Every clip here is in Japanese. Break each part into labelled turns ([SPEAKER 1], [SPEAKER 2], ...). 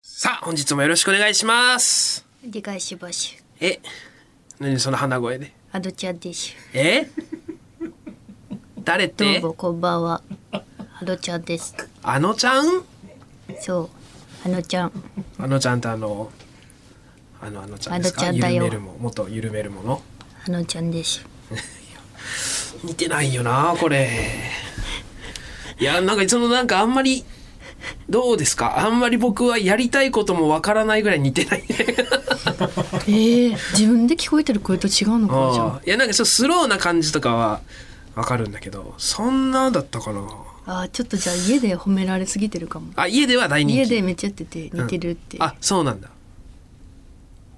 [SPEAKER 1] さあ、本日もよろしくお願いします。
[SPEAKER 2] お願いします。
[SPEAKER 1] え、何その鼻声で。
[SPEAKER 2] アドちゃんです。
[SPEAKER 1] え誰っ
[SPEAKER 2] どう
[SPEAKER 1] て
[SPEAKER 2] もこんばんは。アドちゃんです。
[SPEAKER 1] あのちゃん
[SPEAKER 2] そう。あのちゃん。
[SPEAKER 1] あのちゃんってあの、あのあのちゃんですか
[SPEAKER 2] あのちゃんだよ
[SPEAKER 1] 緩めるも、元緩めるもの。
[SPEAKER 2] あのちゃんです。
[SPEAKER 1] 似てないよな、これ。いや、なんかそのなんかあんまり、どうですかあんまり僕はやりたいこともわからないぐらい似 てない、
[SPEAKER 3] ええ自分で聞こえてる声と違うのかなじゃあ
[SPEAKER 1] ああいや、なんかちょっとスローな感じとかはわかるんだけど、そんなだったかな。
[SPEAKER 3] あーちょっとじゃあ家で褒められすぎてるかも
[SPEAKER 1] あ、家では大人気。
[SPEAKER 3] 家でめっちゃやってて似てるって、
[SPEAKER 1] あ、そうなんだ。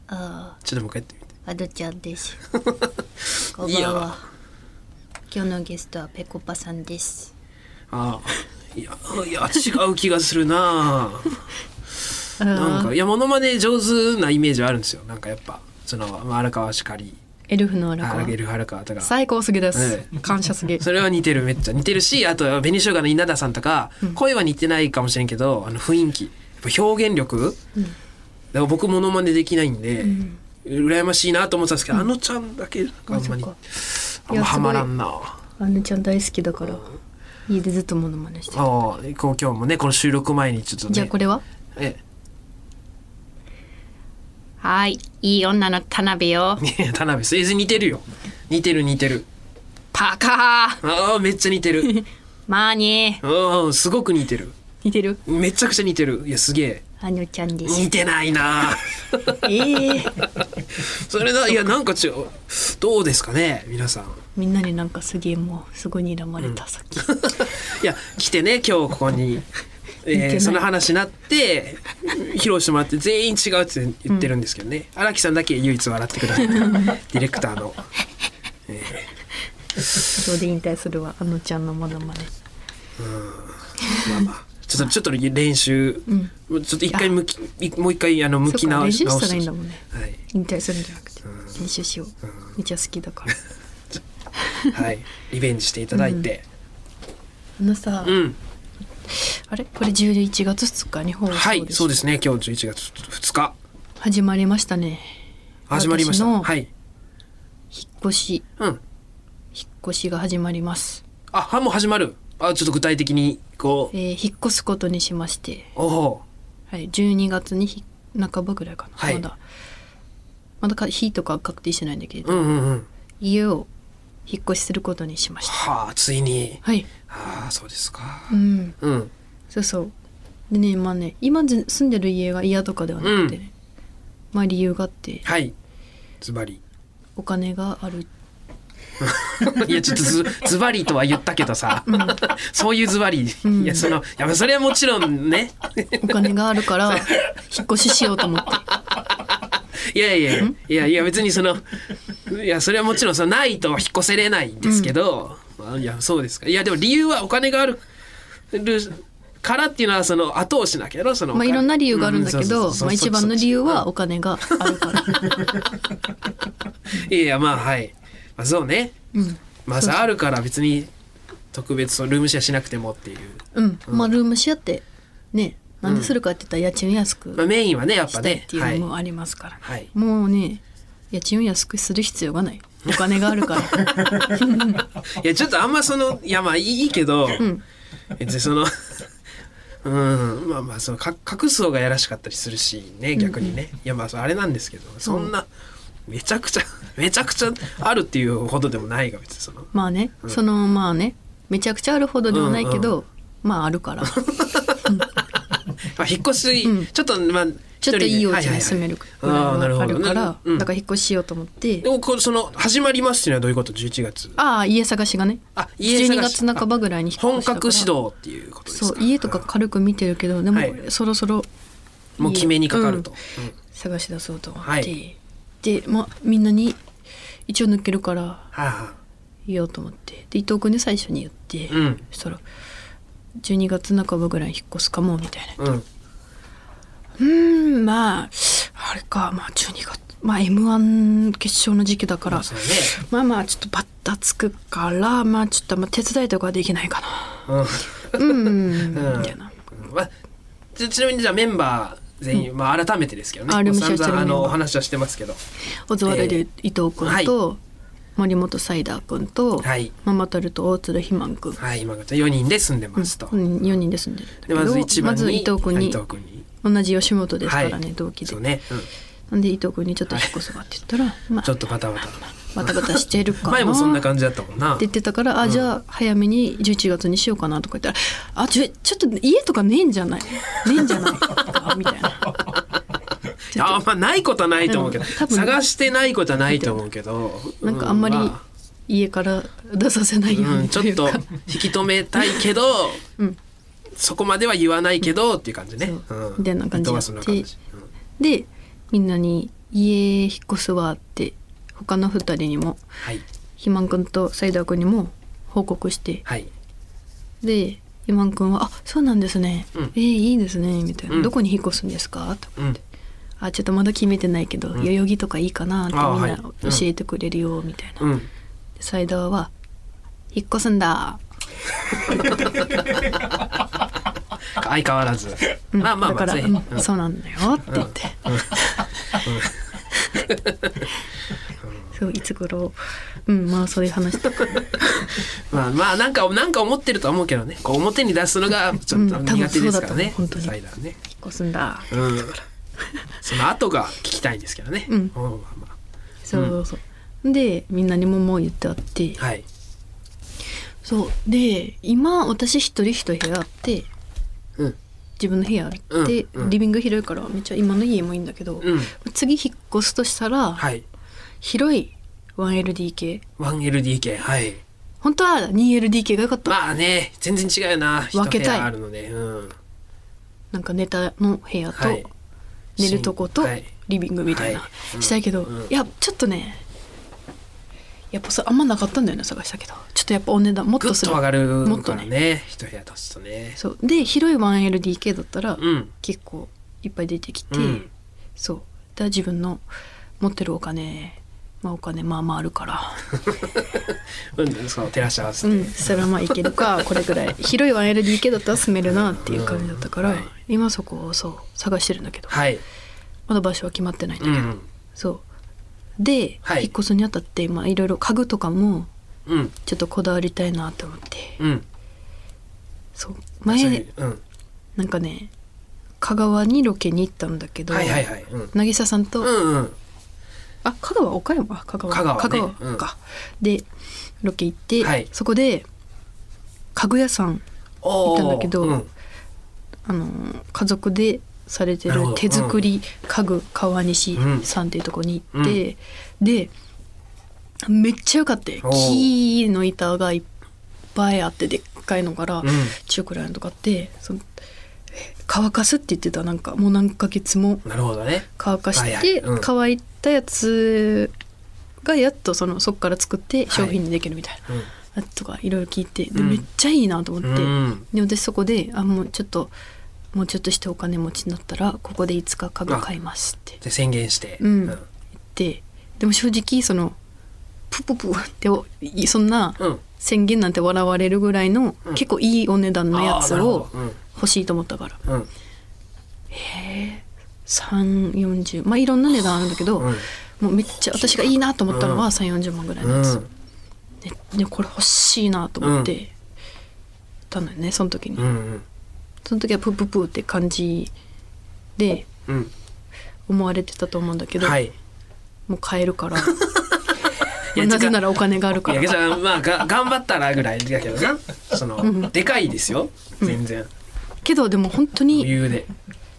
[SPEAKER 2] あ
[SPEAKER 1] ちょっともう一回やってみて。
[SPEAKER 2] あ、アドちゃん です。こん
[SPEAKER 1] いい
[SPEAKER 2] ばん
[SPEAKER 1] よ
[SPEAKER 2] は。今日のゲストはペコパさんです。
[SPEAKER 1] ああ いやいや違う気がするな
[SPEAKER 3] あー
[SPEAKER 1] なんかいやモノマネ上手なイメージはあるんですよなんかやっぱそのまあ荒川しかり
[SPEAKER 3] エルフの荒
[SPEAKER 1] 荒
[SPEAKER 3] 川
[SPEAKER 1] げる荒川とか
[SPEAKER 3] 最高すぎです、
[SPEAKER 1] え
[SPEAKER 3] 感謝すぎ
[SPEAKER 1] それは似てるめっちゃ似てるしあとは紅生姜の稲田さんとか、声は似てないかもしれんけどあの雰囲気やっぱ表現力、だから僕モノマネできないんで、羨ましいなと思ってたんですけど、あのちゃんだけなんかあんまり
[SPEAKER 3] あそっ
[SPEAKER 1] あんまハマらんな
[SPEAKER 3] あのちゃん大好きだから家でずっとモノマネしてる
[SPEAKER 1] ああこう今日もねこの収録前にちょっとね
[SPEAKER 3] じゃあこれは
[SPEAKER 1] え
[SPEAKER 2] はい。いい女の田辺よ。
[SPEAKER 1] いや田辺先生似てるよ似てる似てる
[SPEAKER 2] パカー
[SPEAKER 1] ああめっちゃ似て る
[SPEAKER 2] マーニー。
[SPEAKER 1] うんすごく似てる
[SPEAKER 3] 似てる
[SPEAKER 1] めちゃくちゃ似てるいやすげえ
[SPEAKER 2] あのちゃんです。
[SPEAKER 1] 似てない な
[SPEAKER 3] ええ
[SPEAKER 1] それだいやなんか違うどうですかね皆さん
[SPEAKER 3] みんなになんかすげえもうすごい睨まれた、さっき
[SPEAKER 1] いや来てね今日ここ に、
[SPEAKER 3] て
[SPEAKER 1] え
[SPEAKER 3] な
[SPEAKER 1] ー、
[SPEAKER 3] い
[SPEAKER 1] その話になって披露してもらって全員違うって言ってるんですけどね荒、木さんだけ唯一笑って くださいディレクターの
[SPEAKER 3] 今日で引退するわあのちゃんのモノマネ
[SPEAKER 1] まあまあちょっとちょっと練習、もうちょっと一回向きもう一回あの向
[SPEAKER 3] そ
[SPEAKER 1] き
[SPEAKER 3] っか
[SPEAKER 1] 直
[SPEAKER 3] 練
[SPEAKER 1] し
[SPEAKER 3] 習
[SPEAKER 1] 直した
[SPEAKER 3] し
[SPEAKER 1] て
[SPEAKER 3] らいいんだもんね
[SPEAKER 1] はい
[SPEAKER 3] 引退するんじゃなくて練習しようめっちゃ好きだから
[SPEAKER 1] はい、リベンジしていただいて。
[SPEAKER 3] あのさ、
[SPEAKER 1] うん、
[SPEAKER 3] あれこれ11月2日に放送です、
[SPEAKER 1] はい、そうですね。今日11月2日
[SPEAKER 3] 始まりましたね
[SPEAKER 1] 始まりました。
[SPEAKER 3] 私の
[SPEAKER 1] はい、
[SPEAKER 3] 引っ越し
[SPEAKER 1] うん。
[SPEAKER 3] 引っ越しが始まります、
[SPEAKER 1] あ、はもう始まる。あ、ちょっと具体的にこ
[SPEAKER 3] え
[SPEAKER 1] う、
[SPEAKER 3] ー引っ越すことにしまして、
[SPEAKER 1] おお
[SPEAKER 3] はい、12月にひ半ばぐらいかな、
[SPEAKER 1] はい
[SPEAKER 3] まだまだか日とか確定してないんだけれ
[SPEAKER 1] う、
[SPEAKER 3] ど、
[SPEAKER 1] うんうんうん。
[SPEAKER 3] 家を引っ越しすることにしました
[SPEAKER 1] はあ、ついに。
[SPEAKER 3] はい
[SPEAKER 1] ああ、そうですか。
[SPEAKER 3] うん
[SPEAKER 1] うん、
[SPEAKER 3] そうそうでねまあね今ず住んでる家が嫌とかではなくてね、まあ理由があって
[SPEAKER 1] はい。ズバリ。
[SPEAKER 3] お金がある
[SPEAKER 1] いや、ちょっとズ、ズバリとは言ったけどさ。 そういうズバリ。いや、その、いや、それはもちろんね。
[SPEAKER 3] お金があるから引っ越ししよう と思って
[SPEAKER 1] いやいやいやいやいや別にそのいやそれはもちろんそのないと引っ越せれないんですけど、まあいやそうですかいやでも理由はお金があるるからっていうのはその後押しなきゃろその
[SPEAKER 3] まあ、いろんな理由があるんだけ
[SPEAKER 1] う
[SPEAKER 3] ど
[SPEAKER 1] う、そうそう
[SPEAKER 3] まあ、一番の理由は
[SPEAKER 1] そっ
[SPEAKER 3] お金があるから。
[SPEAKER 1] ちそっちいやいやまあはい、まあ、そうね、
[SPEAKER 3] うん、
[SPEAKER 1] まあさあるから別に特別そのルームシェアしなくてもっていう、
[SPEAKER 3] うん、まあ、ルームシェアって、ね、なんでするかって言ったら、家賃安
[SPEAKER 1] まあ、
[SPEAKER 3] く
[SPEAKER 1] メインはねやっぱ
[SPEAKER 3] したいっ
[SPEAKER 1] ね
[SPEAKER 3] ていうのもありますから。
[SPEAKER 1] はいはい
[SPEAKER 3] もうね、家賃安くする必要がない。お金がある から。
[SPEAKER 1] いやちょっとあんまそのいやまあいいけど、別にその うんまあまあそのか隠す方がやらしかったりするしね逆にね、いやまあそれあれなんですけどそんなめちゃくちゃ めちゃくちゃあるっていうほどでもないが別にその
[SPEAKER 3] まあね、その、まあね、めちゃくちゃあるほどではないけど、まあ、あ るから。
[SPEAKER 1] まあ引っ越し、ちょっとまあ
[SPEAKER 3] ちょっといいお家に住める
[SPEAKER 1] か
[SPEAKER 3] く
[SPEAKER 1] ら、
[SPEAKER 3] らい
[SPEAKER 1] ああなる
[SPEAKER 3] は
[SPEAKER 1] ほ
[SPEAKER 3] あ
[SPEAKER 1] ど
[SPEAKER 3] るから
[SPEAKER 1] な、うん
[SPEAKER 3] だから引っ越ししようと思って
[SPEAKER 1] で。もこうその始まりますっていうのはどういうこと11月
[SPEAKER 3] ああ、家探しがね。
[SPEAKER 1] あ家
[SPEAKER 3] 12
[SPEAKER 1] 探
[SPEAKER 3] 月
[SPEAKER 1] し
[SPEAKER 3] 半ばぐらいに引っ越
[SPEAKER 1] 本
[SPEAKER 3] しだから
[SPEAKER 1] 格指導っていうことです
[SPEAKER 3] そ
[SPEAKER 1] か
[SPEAKER 3] う家とか軽く見てるけどでも
[SPEAKER 1] はい
[SPEAKER 3] そろそろ
[SPEAKER 1] もう決めにかかると、
[SPEAKER 3] うん探し出そうと思って、
[SPEAKER 1] はい
[SPEAKER 3] で、ま、みんなに一応抜けるから
[SPEAKER 1] はいは
[SPEAKER 3] 言おうと思ってで伊藤君に最初に言って、
[SPEAKER 1] いうん
[SPEAKER 3] そしたら12月半ばぐらいに引っ越すかもみたいな
[SPEAKER 1] うん
[SPEAKER 3] うーんまああれかまあ12月まあ m 1決勝の時期だから、
[SPEAKER 1] そうね
[SPEAKER 3] まあまあちょっとバッタつくからまあちょっとまあ手伝いとかはできないかな
[SPEAKER 1] うん
[SPEAKER 3] うん、みたいな
[SPEAKER 1] まあ、ちちなみにじゃあメンバー全員、まあ改めてですけどね
[SPEAKER 3] あ
[SPEAKER 1] もう
[SPEAKER 3] ルームシェア
[SPEAKER 1] 散
[SPEAKER 3] してる
[SPEAKER 1] 々
[SPEAKER 3] メンバー
[SPEAKER 1] あのお話はしてますけど
[SPEAKER 3] 小沢レディ伊藤君と森本サイダー君と
[SPEAKER 1] はい
[SPEAKER 3] ママタルと大鶴ひまん君
[SPEAKER 1] はい今方4人で住んでますと、
[SPEAKER 3] うん4人で住んでるんだ
[SPEAKER 1] で
[SPEAKER 3] けど
[SPEAKER 1] まず一番に
[SPEAKER 3] まず伊藤君
[SPEAKER 1] 伊
[SPEAKER 3] に
[SPEAKER 1] 藤君に
[SPEAKER 3] 同じ吉本ですからね、
[SPEAKER 1] はい
[SPEAKER 3] 同期で
[SPEAKER 1] そうね、
[SPEAKER 3] なんで伊藤君にちょっと引っ越すわって言ったら、ま
[SPEAKER 1] うん、
[SPEAKER 3] あ
[SPEAKER 1] ちょっとバタバタ
[SPEAKER 3] バタバタしてるかな
[SPEAKER 1] 前 もそんな感じだったもんな
[SPEAKER 3] って言ってたから、あじゃあ早めに11月にしようかなとか言ったら「あちょちょっと家とかねえんじゃないねえんじゃ ないか」みたいなちょっと
[SPEAKER 1] あんまあないことはないと思うけど、
[SPEAKER 3] うん多分
[SPEAKER 1] 探してないことはないと思うけど
[SPEAKER 3] なんかあんまり
[SPEAKER 1] う
[SPEAKER 3] 家から出させないよう
[SPEAKER 1] う
[SPEAKER 3] に
[SPEAKER 1] ん、ち
[SPEAKER 3] と
[SPEAKER 1] ょ
[SPEAKER 3] い
[SPEAKER 1] っ
[SPEAKER 3] うか、
[SPEAKER 1] と引き止めたいけど、
[SPEAKER 3] うん
[SPEAKER 1] そこまでは言わないけどっていう感じね。
[SPEAKER 3] そう
[SPEAKER 1] うん
[SPEAKER 3] みたいな感じ
[SPEAKER 1] 伊藤はそんな感じうん
[SPEAKER 3] でみんなに「家引っ越すわ」って他の2人にも
[SPEAKER 1] はい
[SPEAKER 3] 肥満くんとサイダーくんにも報告して
[SPEAKER 1] はい
[SPEAKER 3] で肥満くんは「あそうなんですね、
[SPEAKER 1] うん
[SPEAKER 3] えーいいですね」みたいな、
[SPEAKER 1] うん
[SPEAKER 3] どこに引っ越すんですか?」とか
[SPEAKER 1] うん
[SPEAKER 3] あちょっとまだ決めてないけど、
[SPEAKER 1] ん
[SPEAKER 3] 代々木とかいいかなってみ
[SPEAKER 1] あ
[SPEAKER 3] ん
[SPEAKER 1] はい
[SPEAKER 3] な教えてくれるよみたいな、
[SPEAKER 1] うん
[SPEAKER 3] でサイダーは「引っ越すんだ
[SPEAKER 1] 相変わらず、」
[SPEAKER 3] うん
[SPEAKER 1] まあまあまあ
[SPEAKER 3] だから、
[SPEAKER 1] ね
[SPEAKER 3] うん
[SPEAKER 1] うん
[SPEAKER 3] そうなんだよ」って言って、そういつ頃うんまあそういう話とか、
[SPEAKER 1] まあまあなんかなんか思ってるとは思うけどねこう表に出すのがちょっと
[SPEAKER 3] うん多分
[SPEAKER 1] 苦手ですからね、
[SPEAKER 3] そうだと思う本当に
[SPEAKER 1] サイダーね、
[SPEAKER 3] 「引っ越すんだ
[SPEAKER 1] うん、その後が聞きたいんですけどね、
[SPEAKER 3] うん
[SPEAKER 1] まあま」
[SPEAKER 3] そうそうそう。でみんなにももう言ってあって
[SPEAKER 1] あ、はい
[SPEAKER 3] そうで今私一人一部屋あって
[SPEAKER 1] うん
[SPEAKER 3] 自分の部屋あって、
[SPEAKER 1] うんうん
[SPEAKER 3] リビング広いからめっちゃ今の家もいいんだけど、
[SPEAKER 1] うん
[SPEAKER 3] 次引っ越すとしたら、
[SPEAKER 1] はい
[SPEAKER 3] 広い 1LDK
[SPEAKER 1] 1LDK はい
[SPEAKER 3] 本当は 2LDK が良かった
[SPEAKER 1] まあね全然違うよな
[SPEAKER 3] 分け
[SPEAKER 1] 一部
[SPEAKER 3] たい
[SPEAKER 1] 屋あるので、うん、
[SPEAKER 3] なんかネタの部屋と、
[SPEAKER 1] はい
[SPEAKER 3] 寝るとこと
[SPEAKER 1] はい
[SPEAKER 3] リビングみたいな、
[SPEAKER 1] はいうん
[SPEAKER 3] したいけど、
[SPEAKER 1] うん
[SPEAKER 3] いやちょっとねやっぱそれあんまなかったんだよね探したけどちょっとやっぱお値段もっ
[SPEAKER 1] グ
[SPEAKER 3] と
[SPEAKER 1] ッ
[SPEAKER 3] す
[SPEAKER 1] と
[SPEAKER 3] る
[SPEAKER 1] 上が
[SPEAKER 3] も
[SPEAKER 1] る
[SPEAKER 3] っ
[SPEAKER 1] か
[SPEAKER 3] と
[SPEAKER 1] ら
[SPEAKER 3] ね
[SPEAKER 1] ね一部屋出すとね
[SPEAKER 3] そうで広い 1LDK だった
[SPEAKER 1] う
[SPEAKER 3] ら、
[SPEAKER 1] ん
[SPEAKER 3] 結構いっぱい出てきて、
[SPEAKER 1] うん
[SPEAKER 3] そうだから自分の持ってるお金まあお金まあまああ るから
[SPEAKER 1] うんその照らし合わせ
[SPEAKER 3] う
[SPEAKER 1] て、
[SPEAKER 3] ん、それはまあいけるかこれぐらい広い 1LDK だったら住めるなっていう感じだったから、
[SPEAKER 1] うんはい
[SPEAKER 3] 今そこをそう探してるんだけど
[SPEAKER 1] はい
[SPEAKER 3] まだ場所は決まってないんだ
[SPEAKER 1] う
[SPEAKER 3] けど、
[SPEAKER 1] ん
[SPEAKER 3] そうで、
[SPEAKER 1] はい
[SPEAKER 3] 引っ越すにあたってまあいろいろ家具とかも
[SPEAKER 1] うん
[SPEAKER 3] ちょっとこだわりたいなと思って
[SPEAKER 1] うん
[SPEAKER 3] そう
[SPEAKER 1] そう
[SPEAKER 3] 前
[SPEAKER 1] いううん
[SPEAKER 3] なんかね香川にロケに行ったんだけど、
[SPEAKER 1] はいはいはいうん
[SPEAKER 3] 渚さんと、
[SPEAKER 1] うんうん
[SPEAKER 3] あ香川岡山あ香川
[SPEAKER 1] 香川ね
[SPEAKER 3] か、でロケ行って、
[SPEAKER 1] はい
[SPEAKER 3] そこで家具屋さん
[SPEAKER 1] おー
[SPEAKER 3] 行ったんだけど
[SPEAKER 1] うん
[SPEAKER 3] あの家族でされて
[SPEAKER 1] なる
[SPEAKER 3] る
[SPEAKER 1] ほど
[SPEAKER 3] 手作り家具川西さんっていうとこに行って、でめっちゃ良かったよ
[SPEAKER 1] おう
[SPEAKER 3] 木の板がいっぱいあってでっかいのから
[SPEAKER 1] うん
[SPEAKER 3] 中くらいのとかあってそのえ乾かすって言ってたなんかもう何ヶ月も
[SPEAKER 1] なるほどね
[SPEAKER 3] 乾かして、
[SPEAKER 1] はいはいうん
[SPEAKER 3] 乾いたやつがやっとそのそこから作って商品にできるみたいな、
[SPEAKER 1] うん
[SPEAKER 3] やつとかいろいろ聞いてで、
[SPEAKER 1] うん
[SPEAKER 3] めっちゃいいなと思って。
[SPEAKER 1] うん
[SPEAKER 3] で私そこであもうちょっともうちょっとしてお金持ちになったらここでいつか家具買いますって
[SPEAKER 1] で宣言して
[SPEAKER 3] うん言ってでも正直そのプププっておいそんな
[SPEAKER 1] うん
[SPEAKER 3] 宣言なんて笑われるぐらいの、
[SPEAKER 1] うん
[SPEAKER 3] 結構いいお値段のや
[SPEAKER 1] あ
[SPEAKER 3] つ
[SPEAKER 1] ーなるほ
[SPEAKER 3] を
[SPEAKER 1] どうん
[SPEAKER 3] 欲しいと思ったから
[SPEAKER 1] うん
[SPEAKER 3] 340まあいろんな値段あるんだけど、
[SPEAKER 1] うん
[SPEAKER 3] もうめっちゃ私がいいなと思ったの
[SPEAKER 1] う
[SPEAKER 3] は340万ぐらいのやつ、ででこれ欲しいなと思って、たのよねその時に、
[SPEAKER 1] うんうん
[SPEAKER 3] その時はプププって感じで
[SPEAKER 1] うん
[SPEAKER 3] 思われてたと思うんだけど、
[SPEAKER 1] はい
[SPEAKER 3] もう買えるから
[SPEAKER 1] や
[SPEAKER 3] なぜな
[SPEAKER 1] 違
[SPEAKER 3] らお金がある
[SPEAKER 1] い
[SPEAKER 3] か
[SPEAKER 1] や
[SPEAKER 3] ら
[SPEAKER 1] じゃあまあが頑張ったらぐらいだけど なそのでかいですよ全然
[SPEAKER 3] けどでも本当
[SPEAKER 1] 余
[SPEAKER 3] に
[SPEAKER 1] 裕で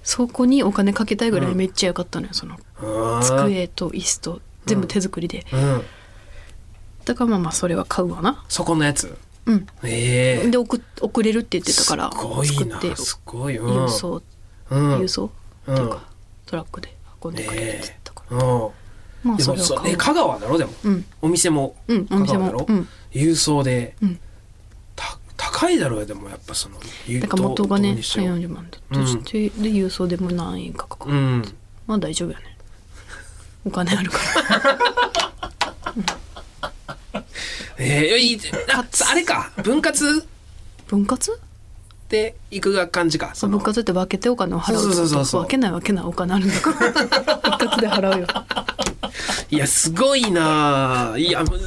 [SPEAKER 3] そこにお金かけたいぐら
[SPEAKER 1] う
[SPEAKER 3] い
[SPEAKER 1] ん
[SPEAKER 3] めっちゃ良かったのよその
[SPEAKER 1] あー
[SPEAKER 3] 机と椅子と全部手作りで
[SPEAKER 1] うん
[SPEAKER 3] だからまあまあそれは買うわな
[SPEAKER 1] そこのやつ
[SPEAKER 3] うん
[SPEAKER 1] ええ
[SPEAKER 3] で送送れるって言ってたから
[SPEAKER 1] すごい
[SPEAKER 3] 作って
[SPEAKER 1] なすごいうん
[SPEAKER 3] 郵送
[SPEAKER 1] うん
[SPEAKER 3] 郵送っていう
[SPEAKER 1] うん
[SPEAKER 3] かトラックで運んでくれるって言ってたから
[SPEAKER 1] うん
[SPEAKER 3] まあ
[SPEAKER 1] で
[SPEAKER 3] そ
[SPEAKER 1] も
[SPEAKER 3] れは
[SPEAKER 1] そう
[SPEAKER 3] 買
[SPEAKER 1] え
[SPEAKER 3] うわ
[SPEAKER 1] 香川だろでも
[SPEAKER 3] うん
[SPEAKER 1] お店も
[SPEAKER 3] うんお店
[SPEAKER 1] 香川だ
[SPEAKER 3] も
[SPEAKER 1] ろ
[SPEAKER 3] うん
[SPEAKER 1] 郵送で
[SPEAKER 3] うん
[SPEAKER 1] た高いだろうよでもやっぱその
[SPEAKER 3] だから元がね
[SPEAKER 1] どうにしよう
[SPEAKER 3] 340万だとしてで郵送でも何円かかかる
[SPEAKER 1] うん
[SPEAKER 3] まあ大丈夫やね。お金あるから。
[SPEAKER 1] ええいいああれか分割
[SPEAKER 3] 分割？
[SPEAKER 1] ていくが感じかそ
[SPEAKER 3] 分
[SPEAKER 1] の
[SPEAKER 3] 割って分けてお金を払うってこ
[SPEAKER 1] そ
[SPEAKER 3] と
[SPEAKER 1] うそうそうそう
[SPEAKER 3] 分けない分けないお金あるんだから一括で払うよ
[SPEAKER 1] いやすごいなあいやもう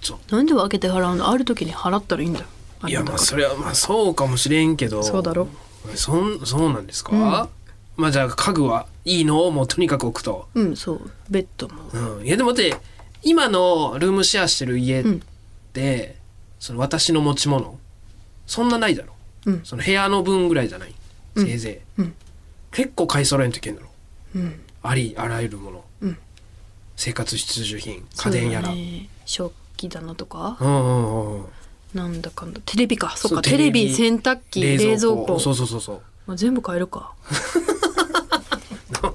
[SPEAKER 1] ちょ
[SPEAKER 3] なんで分けて払うのある時に払ったらいいんだよあ
[SPEAKER 1] い
[SPEAKER 3] れ
[SPEAKER 1] や
[SPEAKER 3] だか
[SPEAKER 1] まあ
[SPEAKER 3] ら
[SPEAKER 1] それはまあそうかもしれんけど
[SPEAKER 3] そうだろ
[SPEAKER 1] そんそうなんですか、まあじゃあ家具はいいのをもうとにかく置くと、
[SPEAKER 3] うんそうベッドも
[SPEAKER 1] うん、いやでも待って今のルームシェアしてる家って、その私の持ち物そんなないだろ、
[SPEAKER 3] うん
[SPEAKER 1] その部屋の分ぐらいじゃないせいぜい、
[SPEAKER 3] うん
[SPEAKER 1] 結構買い揃えんといけんだろ
[SPEAKER 3] うん
[SPEAKER 1] ありあらゆるもの、
[SPEAKER 3] うん
[SPEAKER 1] 生活必需品家電やら,、
[SPEAKER 3] そううだね食器棚とか
[SPEAKER 1] んうんうんうん
[SPEAKER 3] なんだかんだテレビかそう
[SPEAKER 1] そう
[SPEAKER 3] かテレビ洗濯機冷蔵庫
[SPEAKER 1] そうそうそう そう
[SPEAKER 3] まあ、全部買えるか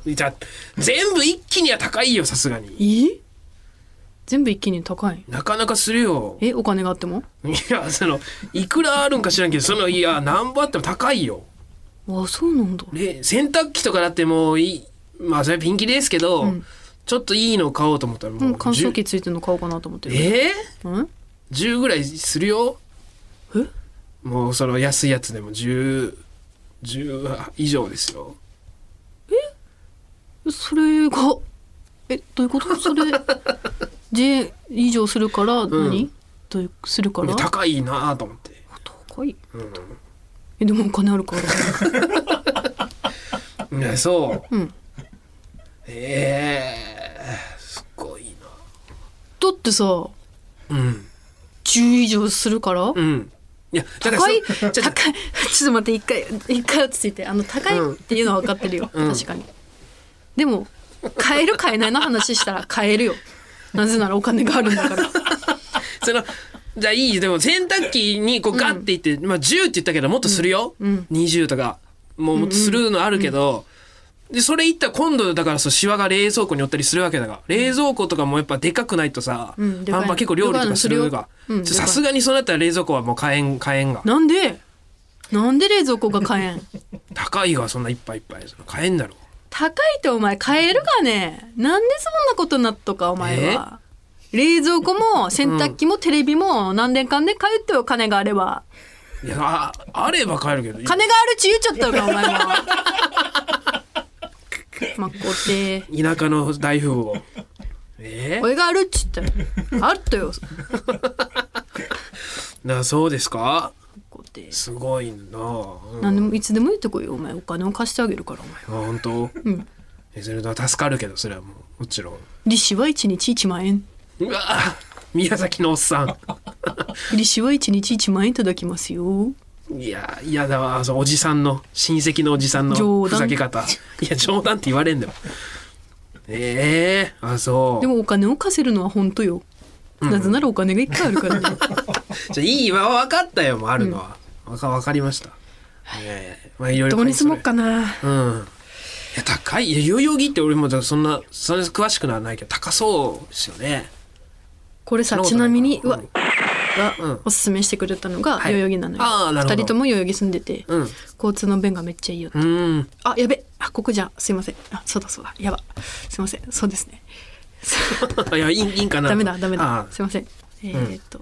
[SPEAKER 1] じゃあ全部一気には高いよさすがに
[SPEAKER 3] え全部一気に高い
[SPEAKER 1] なかなかするよ
[SPEAKER 3] えお金があっても
[SPEAKER 1] いやそのいくらあるんか知らんけどそのいや何本あっても高いよ
[SPEAKER 3] あそうなんだ
[SPEAKER 1] ね洗濯機とかだってもういいまあそれはピンキリですけど、
[SPEAKER 3] うん
[SPEAKER 1] ちょっといいの買おうと思ったらもう
[SPEAKER 3] うん乾燥
[SPEAKER 1] 10
[SPEAKER 3] 機ついてるの買おうかなと思ってる
[SPEAKER 1] え
[SPEAKER 3] うん
[SPEAKER 1] ー、10ぐらいするよ
[SPEAKER 3] え
[SPEAKER 1] もうその安いやつでも1010以上ですよ
[SPEAKER 3] それがえどういう ことそれ J 以上するから
[SPEAKER 1] ん
[SPEAKER 3] 何、どういうするから
[SPEAKER 1] 高いなと思って、
[SPEAKER 3] 高い
[SPEAKER 1] うん
[SPEAKER 3] えでもお金ある から
[SPEAKER 1] いやそう
[SPEAKER 3] うん
[SPEAKER 1] ええすごい
[SPEAKER 3] だってさ10
[SPEAKER 1] なうん
[SPEAKER 3] 以上するから、
[SPEAKER 1] うんいやだから そ
[SPEAKER 3] 高い
[SPEAKER 1] ちょ
[SPEAKER 3] 高
[SPEAKER 1] っ
[SPEAKER 3] い
[SPEAKER 1] と
[SPEAKER 3] ちょっと待って一回一回落ち着いてあの高いっていうのは分かってるよ、
[SPEAKER 1] うん
[SPEAKER 3] 確かにでも買える買えないの話したら買えるよなぜならお金があるんだから
[SPEAKER 1] そのじゃあいいよでも洗濯機にこうガッていって、まあ10って言ったけどもっとするよ、
[SPEAKER 3] うん
[SPEAKER 1] 20とかもうもっとするのあるけど、でそれいったら今度だからそうシワが冷蔵庫に寄ったりするわけだから冷蔵庫とかもやっぱでかくないとさ、
[SPEAKER 3] うんで
[SPEAKER 1] パ
[SPEAKER 3] かい
[SPEAKER 1] ンパン結構料理とかする
[SPEAKER 3] で
[SPEAKER 1] が
[SPEAKER 3] かいのするようん
[SPEAKER 1] ちょさすがにそうなったら冷蔵庫はもう買えん買えんが
[SPEAKER 3] なんでなんで冷蔵庫が買えん
[SPEAKER 1] 高いがそんないっぱいいっぱいその買えんだろ
[SPEAKER 3] 高いってお前買えるかねなんでそんなことになっとかお前は冷蔵庫も洗濯機もテレビも何年間で買うってよ金があれば
[SPEAKER 1] いやああれば買えるけど
[SPEAKER 3] 金があるっち言っちゃったよかお前はまっこて
[SPEAKER 1] 田舎の大富 豪ええ
[SPEAKER 3] 俺があるっち言ったよあったよ
[SPEAKER 1] なそうですか
[SPEAKER 3] こうやって
[SPEAKER 1] すごいなうん
[SPEAKER 3] 何でもいつでも言ってこいよお前お金を貸してあげるからお前
[SPEAKER 1] あ本当。
[SPEAKER 3] うん
[SPEAKER 1] えそれは助かるけどそれはもうもちろん。
[SPEAKER 3] 利子は1日1万円
[SPEAKER 1] うわあ宮崎のおっさん。
[SPEAKER 3] 利子は1日1万円いただきますよ
[SPEAKER 1] いや嫌だわそのおじさんの親戚のおじさんの
[SPEAKER 3] 冗
[SPEAKER 1] ふ
[SPEAKER 3] 談
[SPEAKER 1] ざけ方。いや冗談って言われんだよ。ええあそう。
[SPEAKER 3] でもお金を貸せるのは本当よなぜならお金がいっぱいあるからね
[SPEAKER 1] じゃあいいわ分かったよもうあるのは。わ、か分かりました。いやいやまあいろいろ。
[SPEAKER 3] どこに住もう。かな
[SPEAKER 1] うん。いや高いいや代々木って俺もじゃあそんなそんな詳しくはないけど高そうですよね。
[SPEAKER 3] これさ
[SPEAKER 1] そん
[SPEAKER 3] ちな
[SPEAKER 1] こと
[SPEAKER 3] み
[SPEAKER 1] い
[SPEAKER 3] に
[SPEAKER 1] か
[SPEAKER 3] う
[SPEAKER 1] ら
[SPEAKER 3] わが
[SPEAKER 1] うん
[SPEAKER 3] おすすめしてくれたのが
[SPEAKER 1] はい
[SPEAKER 3] 代々木なのよ、
[SPEAKER 1] あーなるほど
[SPEAKER 3] 2人とも代々木住んでて、
[SPEAKER 1] うん
[SPEAKER 3] 交通の便がめっちゃいいよって、
[SPEAKER 1] うん。うん。
[SPEAKER 3] あやべあここじゃんすいませんあそうだそうだやばすいませんそうですね
[SPEAKER 1] いやいいいいんかな
[SPEAKER 3] ダメだダメ
[SPEAKER 1] あ
[SPEAKER 3] だすいませんえーっと、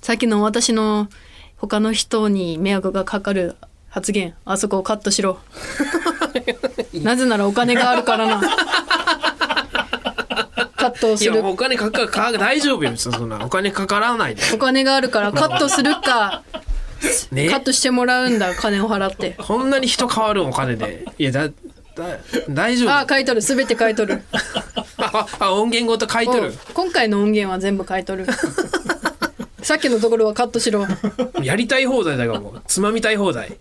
[SPEAKER 3] さっきの私の他の人に迷惑がかかる発言あそこをカットし ろなぜならお金があるからな カットを
[SPEAKER 1] い
[SPEAKER 3] す
[SPEAKER 1] や
[SPEAKER 3] る
[SPEAKER 1] もうお金かかるか大丈夫よ別にそんなお金かからないで
[SPEAKER 3] お金があるからカットするか
[SPEAKER 1] ね
[SPEAKER 3] カットしてもらうん だ金を払って
[SPEAKER 1] こんなに人変わるお金でいやだだ大丈夫
[SPEAKER 3] あ
[SPEAKER 1] あ
[SPEAKER 3] 書いとるすべて書いとる
[SPEAKER 1] あ音源ごと書いとる
[SPEAKER 3] おう今回の音源は全部書 いとるさっきのところはカットしろ
[SPEAKER 1] やりたい放題だからもうつまみたい放題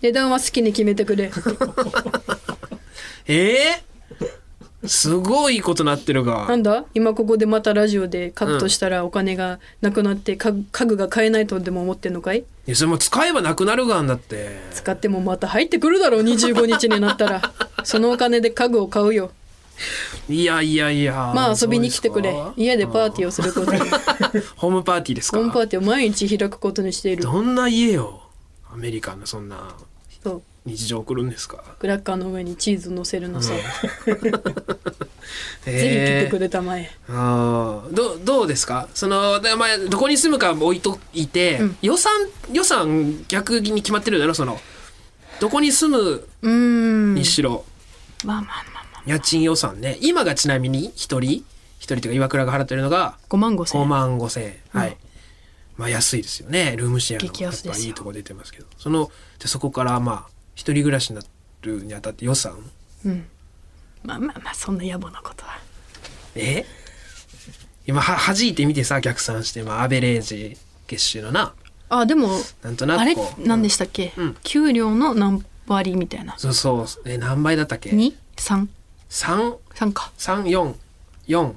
[SPEAKER 3] 値段は好きに決めてくれ
[SPEAKER 1] ええすごいことなってるが
[SPEAKER 3] なんだ今ここでまたラジオでカットしたらお金がなくなって家具家具が買えないとでも思ってんのかい
[SPEAKER 1] いやそれもう使えばなくなるがんだって
[SPEAKER 3] 使ってもまた入ってくるだろう25日になっ たらそのお金で家具を買うよ
[SPEAKER 1] いやいやいや
[SPEAKER 3] まあ遊びに来てくれ
[SPEAKER 1] そうすか
[SPEAKER 3] 家でパーティーをす ることに
[SPEAKER 1] ホームパーティーですか
[SPEAKER 3] ホームパーティーを毎日開くことにしている
[SPEAKER 1] どんな家よアメリカのそんな
[SPEAKER 3] そう
[SPEAKER 1] 日常送るんですか
[SPEAKER 3] クラッカーの上にチーズ乗せるのさ、
[SPEAKER 1] ぜ
[SPEAKER 3] ぜひ来てくれたまえ
[SPEAKER 1] ああ、どうどうですか。そのでまあどこに住むかも置いといて、
[SPEAKER 3] うん
[SPEAKER 1] 予算予算逆に決まってるだろその。どこに住む
[SPEAKER 3] うーん
[SPEAKER 1] にしろ、
[SPEAKER 3] まあまあまあまあ
[SPEAKER 1] 家賃予算ね。今がちなみに一人一人というか岩倉が払ってるのが
[SPEAKER 3] 5万5千
[SPEAKER 1] 5
[SPEAKER 3] 円
[SPEAKER 1] 万5千円。はい。
[SPEAKER 3] うん
[SPEAKER 1] まあ安いですよね。ルームシェアの
[SPEAKER 3] 激安ですよ
[SPEAKER 1] やっぱいいとこ出てますけど、そのでそこからまあ一人暮らしになるにあたって予算
[SPEAKER 3] うんまあまあまあそんな野暮なことは
[SPEAKER 1] え今は弾いてみてさ逆算してまあアベレージ月収のな。
[SPEAKER 3] あでも
[SPEAKER 1] なんとな
[SPEAKER 3] あれ
[SPEAKER 1] くこう
[SPEAKER 3] 何でしたっけ、
[SPEAKER 1] うん
[SPEAKER 3] 給料の何割みたいな
[SPEAKER 1] そうそうえ何倍だったっけ
[SPEAKER 3] 23
[SPEAKER 1] 3
[SPEAKER 3] 三か
[SPEAKER 1] 三4 4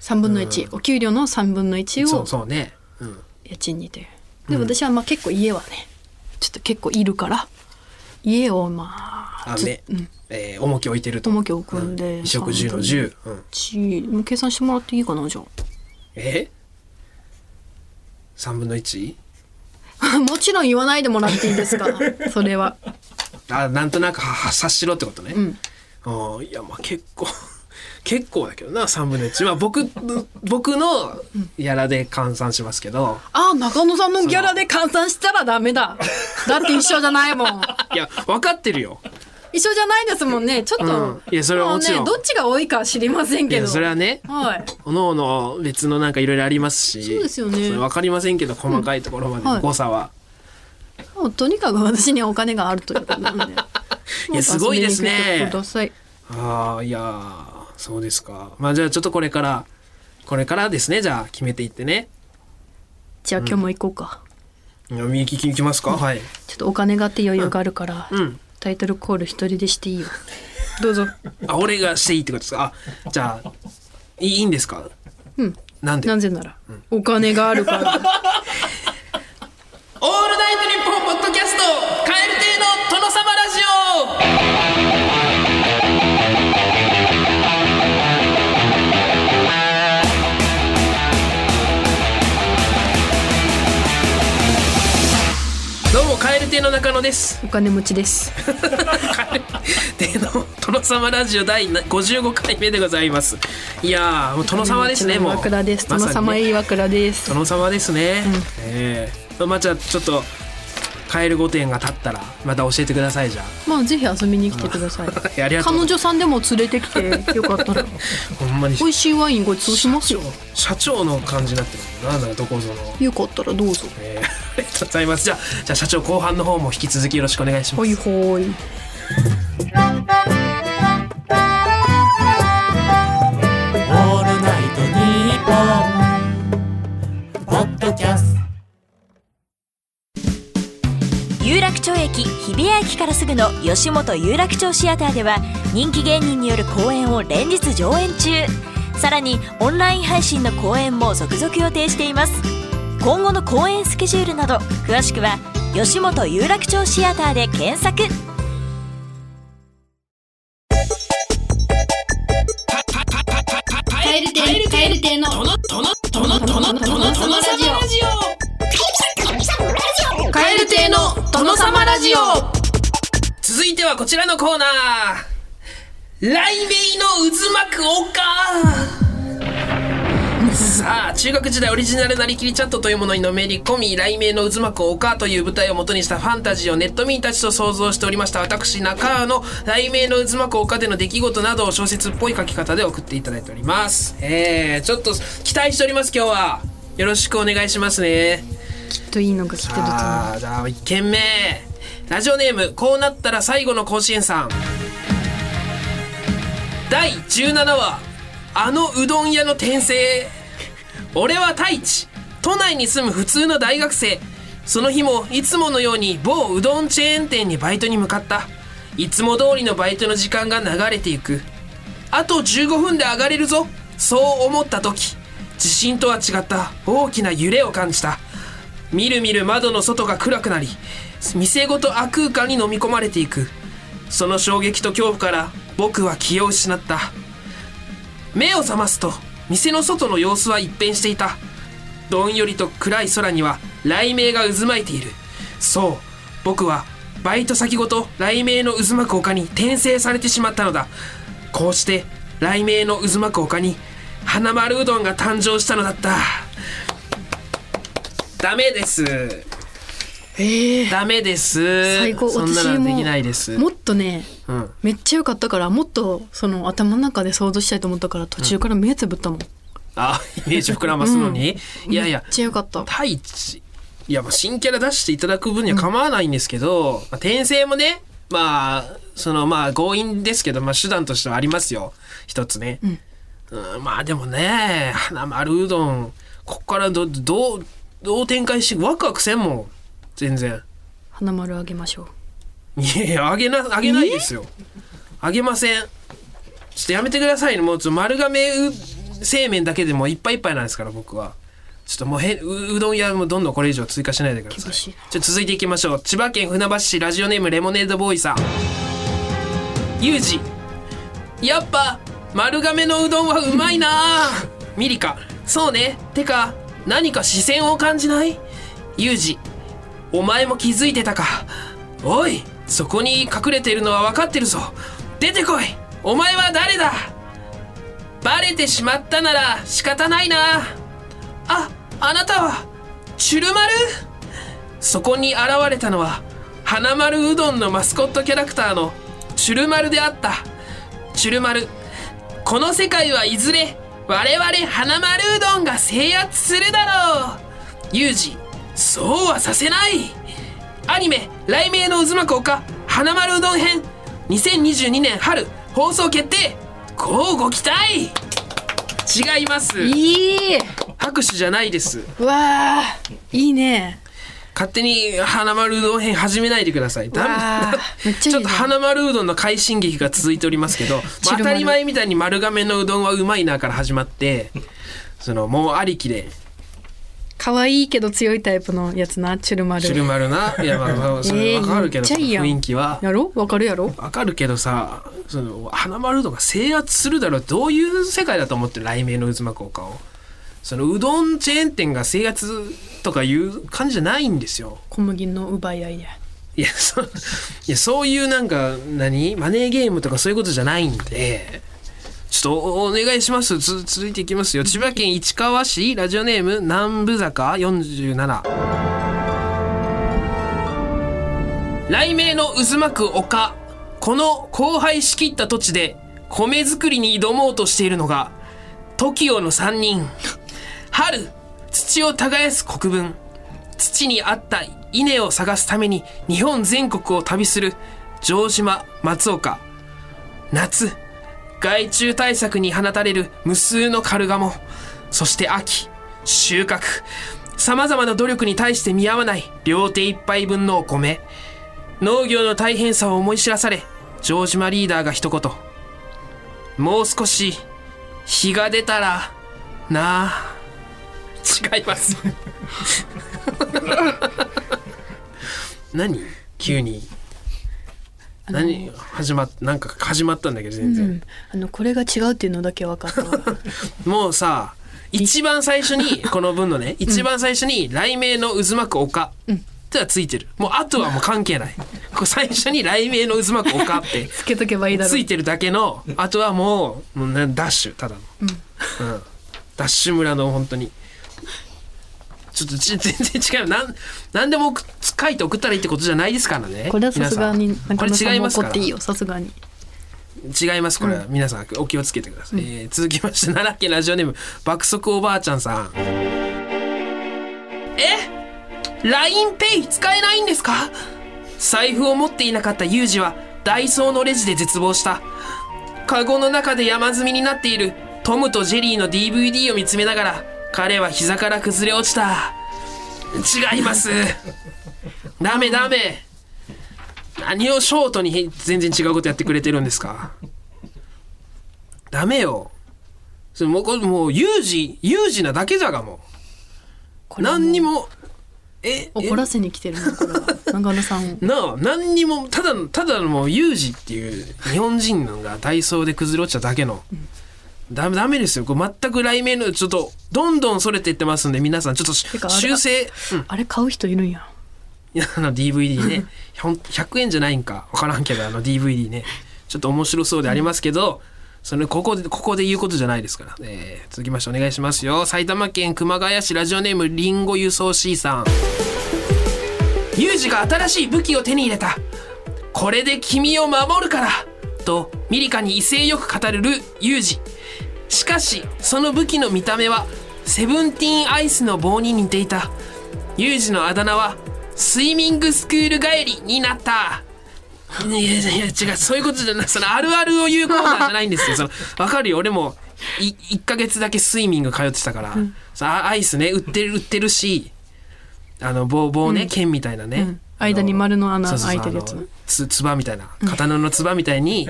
[SPEAKER 3] 3分の1、お給料の3分の1
[SPEAKER 1] そ
[SPEAKER 3] を
[SPEAKER 1] うそうね、うん、
[SPEAKER 3] 家賃にというでも私はまあ結構家はねちょっと結構いるから家をまあ
[SPEAKER 1] あ
[SPEAKER 3] ず
[SPEAKER 1] ね
[SPEAKER 3] うん、
[SPEAKER 1] えー重きを置いてると
[SPEAKER 3] 友家を置くんで、
[SPEAKER 1] うん衣食住の
[SPEAKER 3] 10
[SPEAKER 1] 10、うん、
[SPEAKER 3] もう計算してもらっていいかなじゃ
[SPEAKER 1] え3分の 1?
[SPEAKER 3] あ もちろん言わないでもらっていいですか それは
[SPEAKER 1] あなんとなくはは察しろってことね、
[SPEAKER 3] うん
[SPEAKER 1] あーいやまあ結構 結構だけどな3分の1まあ僕の僕のやらで換算しますけど
[SPEAKER 3] ああ中野さんのギャラで換算したらダメだだって一緒じゃないもん
[SPEAKER 1] いや分かってるよ
[SPEAKER 3] 一緒じゃないですもんねちょっ
[SPEAKER 1] う
[SPEAKER 3] と、
[SPEAKER 1] んいやそれはもちろん
[SPEAKER 3] うねどっちが多いかは知りません
[SPEAKER 1] い
[SPEAKER 3] け
[SPEAKER 1] や
[SPEAKER 3] ど
[SPEAKER 1] それはね
[SPEAKER 3] はい
[SPEAKER 1] おのおの別のなんかいろいろありますし
[SPEAKER 3] そうですよね
[SPEAKER 1] 分かりませんけど細かいところまで
[SPEAKER 3] うんは
[SPEAKER 1] の
[SPEAKER 3] い
[SPEAKER 1] 誤差は、
[SPEAKER 3] もうとにかく私にはお金があるということなんで
[SPEAKER 1] いやすごいですね
[SPEAKER 3] もう遊びに来てください
[SPEAKER 1] ああいやーそうですかまあじゃあちょっとこれからこれからですねじゃあ決めていってね
[SPEAKER 3] じゃあ今日も行こうか、
[SPEAKER 1] 右利きに行きますか、はい
[SPEAKER 3] ちょっとお金があって余裕があるから、
[SPEAKER 1] うん
[SPEAKER 3] タイトルコール一人でしていいよどうぞ
[SPEAKER 1] あ俺がしていいってことですかあじゃあいいいいんですか
[SPEAKER 3] うん
[SPEAKER 1] なんで
[SPEAKER 3] なぜなら、お金があるから
[SPEAKER 1] オールナイトニッポンポッドキャスト「蛙亭の殿様ラジオ」どうも蛙亭の中野です
[SPEAKER 3] お金持ちです
[SPEAKER 1] での殿様ラジオ第55回目でございますいやーもう殿様ですねもう
[SPEAKER 3] 岩倉です
[SPEAKER 1] ま
[SPEAKER 3] 殿
[SPEAKER 1] さに
[SPEAKER 3] 様
[SPEAKER 1] ね
[SPEAKER 3] 岩倉です、
[SPEAKER 1] 殿様ですね、ええまあじゃあちょっとカエル御殿が立ったらまた教えてくださいじゃあ
[SPEAKER 3] まあぜひ遊びに来てください
[SPEAKER 1] いやありがとう
[SPEAKER 3] 彼女さんでも連れてきてよかっ たら
[SPEAKER 1] ほんまに
[SPEAKER 3] 美味しいワインごちそうしますよ
[SPEAKER 1] 社長の感じになってるもんななんだろどこぞの、
[SPEAKER 3] よかったらどうぞ
[SPEAKER 1] ええ ありがとうございますじゃあじゃあ社長後半の方も引き続きよろしくお願いします
[SPEAKER 3] ほいほい
[SPEAKER 4] オールナイトニッポン」ポッドキャスト
[SPEAKER 5] 有楽町駅日比谷駅からすぐの吉本有楽町シアターでは人気芸人による公演を連日上演中さらにオンライン配信の公演も続々予定しています今後の公演スケジュールなど詳しくは吉本有楽町シアターで検索
[SPEAKER 2] カエル亭カエル亭の殿様ラジオカエル亭の殿様ラジオ
[SPEAKER 1] 続いてはこちらのコーナー雷鳴の渦巻く丘さあ中学時代オリジナルなりきりチャットというものにのめり込み雷鳴の渦巻く丘という舞台を元にしたファンタジーをネット民たちと想像しておりました私中川の雷鳴の渦巻く丘での出来事などを小説っぽい書き方で送っていただいておりますえー、ちょっと期待しております今日はよろしくお願いしますね
[SPEAKER 3] きっといいのが来てると思う
[SPEAKER 1] あーじゃあ1軒目ラジオネームこうなったら最後の甲子園さん第17話あのうどん屋の転生俺は太一都内に住む普通の大学生その日もいつものように某うどんチェーン店にバイトに向かったいつも通りのバイトの時間が流れていくあと15分で上がれるぞそう思った時地震とは違った大きな揺れを感じたみるみる窓の外が暗くなり店ごと悪空間に飲み込まれていくその衝撃と恐怖から僕は気を失った目を覚ますと店の外の様子は一変していたどんよりと暗い空には雷鳴が渦巻いているそう僕はバイト先ごと雷鳴の渦巻く丘に転生されてしまったのだこうして雷鳴の渦巻く丘に花丸うどんが誕生したのだったダメです
[SPEAKER 3] ええ
[SPEAKER 1] ダメです
[SPEAKER 3] 最高
[SPEAKER 1] そんな
[SPEAKER 3] 私
[SPEAKER 1] ので
[SPEAKER 3] も
[SPEAKER 1] きないです
[SPEAKER 3] もっとね
[SPEAKER 1] うん、
[SPEAKER 3] めっちゃ良かったからもっとその頭の中で想像したいと思ったから途中から目つぶったもん、
[SPEAKER 1] あイメージ膨らますのに、いやいや
[SPEAKER 3] めっちゃ良かった
[SPEAKER 1] 太一いやまあ新キャラ出していただく分には構わないんですけど、まあ、転生もねまあそのまあ強引ですけど、まあ、手段としてはありますよ一つね、うんまあでもね花丸うどんこっからどどうどう展開してワクワクせんもん全然
[SPEAKER 3] 花丸あげましょう
[SPEAKER 1] いやいやあげなあげないですよあげませんちょっとやめてくださいねもうちょっと丸亀う製麺だけでもういっぱいいっぱいなんですから僕はちょっともうへううどん屋もどんどんこれ以上追加しないでください
[SPEAKER 3] 厳しいな
[SPEAKER 1] ちょっと続いていきましょう千葉県船橋市ラジオネームレモネードボーイさんユージやっぱ丸亀のうどんはうまいなあミリカそうねてか何か視線を感じないユージお前も気づいてたかおいそこに隠れているのは分かってるぞ出てこいお前は誰だバレてしまったなら仕方ないなああなたはチュルマルそこに現れたのは花丸うどんのマスコットキャラクターのチュルマルであったチュルマルこの世界はいずれ我々花丸うどんが制圧するだろうユージそうはさせないアニメ「雷鳴の渦巻く丘花丸うどん編」2022年春放送決定乞うご期待違います
[SPEAKER 3] いい
[SPEAKER 1] 拍手じゃないです
[SPEAKER 3] わあいいね
[SPEAKER 1] 勝手に花丸うどん編始めないでくださいだ
[SPEAKER 3] わあめっち
[SPEAKER 1] ち
[SPEAKER 3] ゃいいね
[SPEAKER 1] ょっと花丸うどんの快進撃が続いておりますけ ど、まあ
[SPEAKER 3] チルマル
[SPEAKER 1] 当たり前みたいに丸亀のうどんはうまいなから始まってそのもうありきで
[SPEAKER 3] 可愛いけど強いタイプのやつなチュルマル
[SPEAKER 1] チュルマル ないやまあまあそれ
[SPEAKER 3] えー
[SPEAKER 1] わかるけど、
[SPEAKER 3] めっちゃいいやん
[SPEAKER 1] 雰囲気は
[SPEAKER 3] やろわかるやろ
[SPEAKER 1] わかるけどさその花丸うどんが制圧するだろうどういう世界だと思ってる雷鳴の渦巻く丘をそのうどんチェーン店が制圧とかいう感じじゃないんですよ
[SPEAKER 3] 小麦の奪い合いで
[SPEAKER 1] いやそいやそういうなんか何マネーゲームとかそういうことじゃないんでちょっとおお願いしますつ続いていきますよ千葉県市川市ラジオネーム南部坂47雷鳴の渦巻く丘この荒廃しきった土地で米作りに挑もうとしているのが TOKIO の3人春土を耕す国分土に合った稲を探すために日本全国を旅する城島松岡夏害虫対策に放たれる無数のカルガモそして秋収穫さまざまな努力に対して見合わない両手一杯分のお米農業の大変さを思い知らされ城島リーダーが一言もう少し日が出たらなあ違います何急に何始まっなんか始まったんだけど全然、
[SPEAKER 3] あのこれが違うっていうのだけ分かったわ
[SPEAKER 1] もうさ一番最初 にこの文のね一番最初に「雷鳴の渦巻く丘」ってはついてるもうあとはもう関係ないこう最初に「雷鳴の渦巻く丘」って
[SPEAKER 3] つけとけばいいだろう
[SPEAKER 1] ついてるだけのあとはもうもうなダッシュただの、うんダッシュ村の本当にちょっとち全然違うなん何でも送っ書いて送ったらいいってことじゃないですからね
[SPEAKER 3] これはさすがに
[SPEAKER 1] 皆さん
[SPEAKER 3] 中
[SPEAKER 1] こ
[SPEAKER 3] 野さ
[SPEAKER 1] れ違
[SPEAKER 3] ん
[SPEAKER 1] い
[SPEAKER 3] も
[SPEAKER 1] ます
[SPEAKER 3] 怒
[SPEAKER 1] から
[SPEAKER 3] っていいよさすがに
[SPEAKER 1] 違いますこれは、皆さんお気をつけてください、えー続きまして奈良県ラジオネーム爆速おばあちゃんさんえ LINEPay 使えないんですか財布を持っていなかったユージはダイソーのレジで絶望したカゴの中で山積みになっているトムとジェリーの DVD を見つめながら彼は膝から崩れ落ちた違います ダメダメ何をショートに全然違うことやってくれてるんですかダメよそれもうこれもう有事有事なだけじゃがも
[SPEAKER 3] こ
[SPEAKER 1] う
[SPEAKER 3] れはもう
[SPEAKER 1] 何にもええ
[SPEAKER 3] 怒らせに来てるのこれは中野さんを
[SPEAKER 1] なあ何にもただのただのもう有事っていう日本人のが体操で崩れ落ちただけの、ダメダメですよこれ全く雷鳴のちょっとどんどんそれていってますんで皆さんちょっとして
[SPEAKER 3] かあれ
[SPEAKER 1] 修正、うん
[SPEAKER 3] あれ買う人いるんや
[SPEAKER 1] あの DVD ねほん100円じゃないんか分からんけどあの DVD ねちょっと面白そうでありますけど、それここでここで言うことじゃないですから、えー続きましてお願いしますよ埼玉県熊谷市ラジオネームりんご輸送 C さんユージが新しい武器を手に入れたこれで君を守るからとミリカに威勢よく語るユージしかしその武器の見た目はセブンティーンアイスの棒に似ていたユージのあだ名はスイミングスクール帰りになったいやいやいや違うそういうことじゃないそのあるあるを言うコーナーじゃないんですよその分かるよ俺もい1ヶ月だけスイミング通ってたから、そのあアイスね売ってる売ってるしあの棒棒ね、剣みたいなね、
[SPEAKER 3] 間に丸の穴
[SPEAKER 1] そうそう
[SPEAKER 3] 開
[SPEAKER 1] そ
[SPEAKER 3] いうてるやつ
[SPEAKER 1] あのつつばみたいな刀のつばみたいに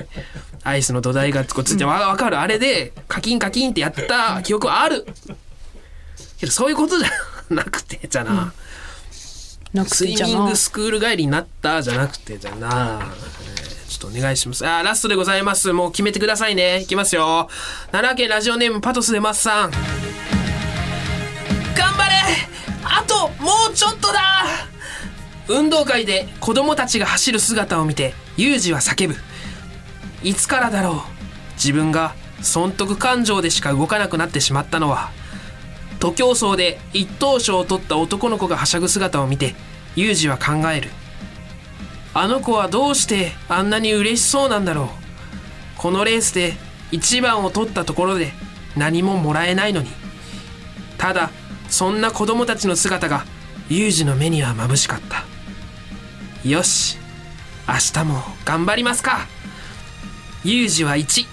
[SPEAKER 1] アイスの土台がこうついてわわかるあれでカキンカキンってやった記憶はあるけどそういうことじゃなくてじゃな、
[SPEAKER 3] なく
[SPEAKER 1] ス
[SPEAKER 3] て
[SPEAKER 1] イ
[SPEAKER 3] じゃ
[SPEAKER 1] ミン
[SPEAKER 3] な
[SPEAKER 1] グスクール帰りになったじゃなくてじゃな、えーちょっとお願いしますあーラストでございますもう決めてくださいねいきますよ奈良県ラジオネームパトスでマスさん頑張れあともうちょっとだ運動会で子供たちが走る姿を見てユージは叫ぶいつからだろう自分が損得感情でしか動かなくなってしまったのは徒競走で一等賞を取った男の子がはしゃぐ姿を見てユージは考えるあの子はどうしてあんなに嬉しそうなんだろうこのレースで一番を取ったところで何ももらえないのにただそんな子供たちの姿がユージの目には眩しかったよし明日も頑張りますかユージは1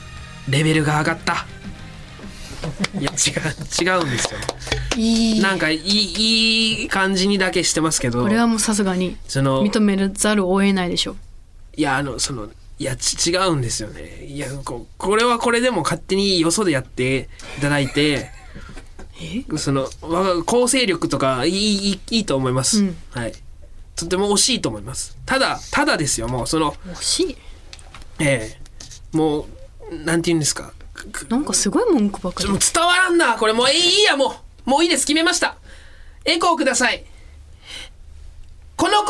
[SPEAKER 1] レベルが上がったいや違う違うんですよ
[SPEAKER 3] いい
[SPEAKER 1] なんかいいいい感じにだけしてますけど
[SPEAKER 3] これはもうさすがに
[SPEAKER 1] その
[SPEAKER 3] 認めざるを得ないでしょう
[SPEAKER 1] いやあのそのいやち違うんですよねいやここれはこれでも勝手によそでやっていただいてそのわが構成力とかいいいいいいと思います、
[SPEAKER 3] うん
[SPEAKER 1] はいとても惜しいと思いますただただですよもうその
[SPEAKER 3] 惜しい
[SPEAKER 1] ええもうなんて言うんですか
[SPEAKER 3] なんかすごい文句ばっか
[SPEAKER 1] ち
[SPEAKER 3] り
[SPEAKER 1] ょもう伝わらんなこれもういいいいやもうもういいです決めましたエコーくださいこのコー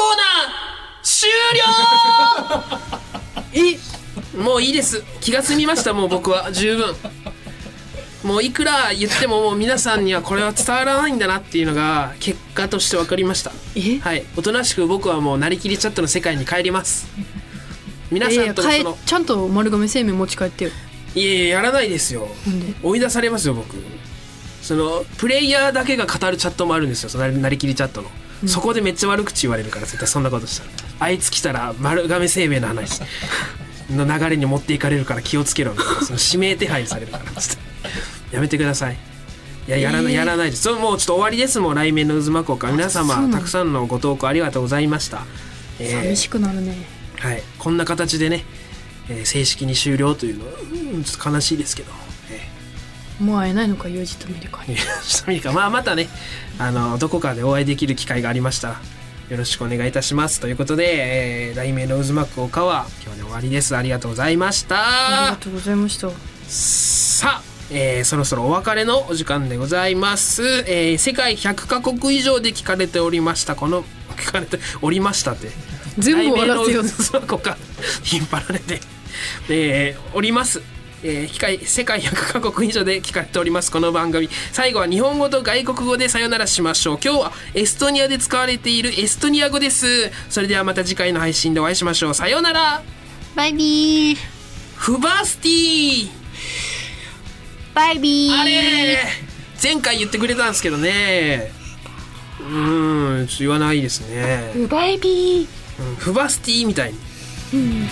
[SPEAKER 1] ナー終了もういいです気が済みましたもう僕は十分もういくら言ってももう皆さんにはこれは伝わらないんだなっていうのが結果として分かりました
[SPEAKER 3] え
[SPEAKER 1] はいおとなしく僕はもうなりきりチャットの世界に帰ります皆
[SPEAKER 3] いや
[SPEAKER 1] さ
[SPEAKER 3] いや
[SPEAKER 1] んとのそ
[SPEAKER 3] 帰
[SPEAKER 1] の
[SPEAKER 3] ちゃんと丸亀製麺持ち帰ってよ
[SPEAKER 1] いやいややらないですよ
[SPEAKER 3] なんで
[SPEAKER 1] 追い出されますよ僕そのプレイヤーだけが語るチャットもあるんですよそのなりきりチャットの、そこでめっちゃ悪口言われるから絶対そんなことしたらあいつ来たら丸亀生命の話 の流れに持っていかれるから気をつけろみたいなその指名手配されるから ちょっとやめてくださいいややらない、やらないですそうもうちょっと終わりですもう来年の渦巻こうか皆様たくさんのご投稿ありがとうございました、えー
[SPEAKER 3] 寂しくなるね
[SPEAKER 1] はい、こんな形でね、えー正式に終了というのは、うんちょっと悲しいですけど、え
[SPEAKER 3] もう会えないのか友人とミリカ
[SPEAKER 1] ー
[SPEAKER 3] に
[SPEAKER 1] ちょっと見るかまあ、またねあのどこかでお会いできる機会がありましたらよろしくお願いいたしますということで「えー、雷鳴の渦巻く丘」は今日で終わりですありがとうございまし
[SPEAKER 3] あり
[SPEAKER 1] た
[SPEAKER 3] がとうございました
[SPEAKER 1] さあ、えーそろそろお別れのお時間でございます、えー世界100カ国以上で聞かれておりましたこの聞かれておりましたって
[SPEAKER 3] 全部終わらせよ
[SPEAKER 1] 題名
[SPEAKER 3] う
[SPEAKER 1] のそこか引っ張られて、えーおります。えー機械世界100カ国以上で聞かれておりますこの番組最後は日本語と外国語でさよならしましょう今日はエストニアで使われているエストニア語ですそれではまた次回の配信でお会いしましょうさよなら
[SPEAKER 2] バイビー
[SPEAKER 1] フバスティー
[SPEAKER 2] バイビー
[SPEAKER 1] あれ前回言ってくれたんですけどねうーんちょっと言わないですね
[SPEAKER 2] バイビー
[SPEAKER 1] うんフバスティーみたいに、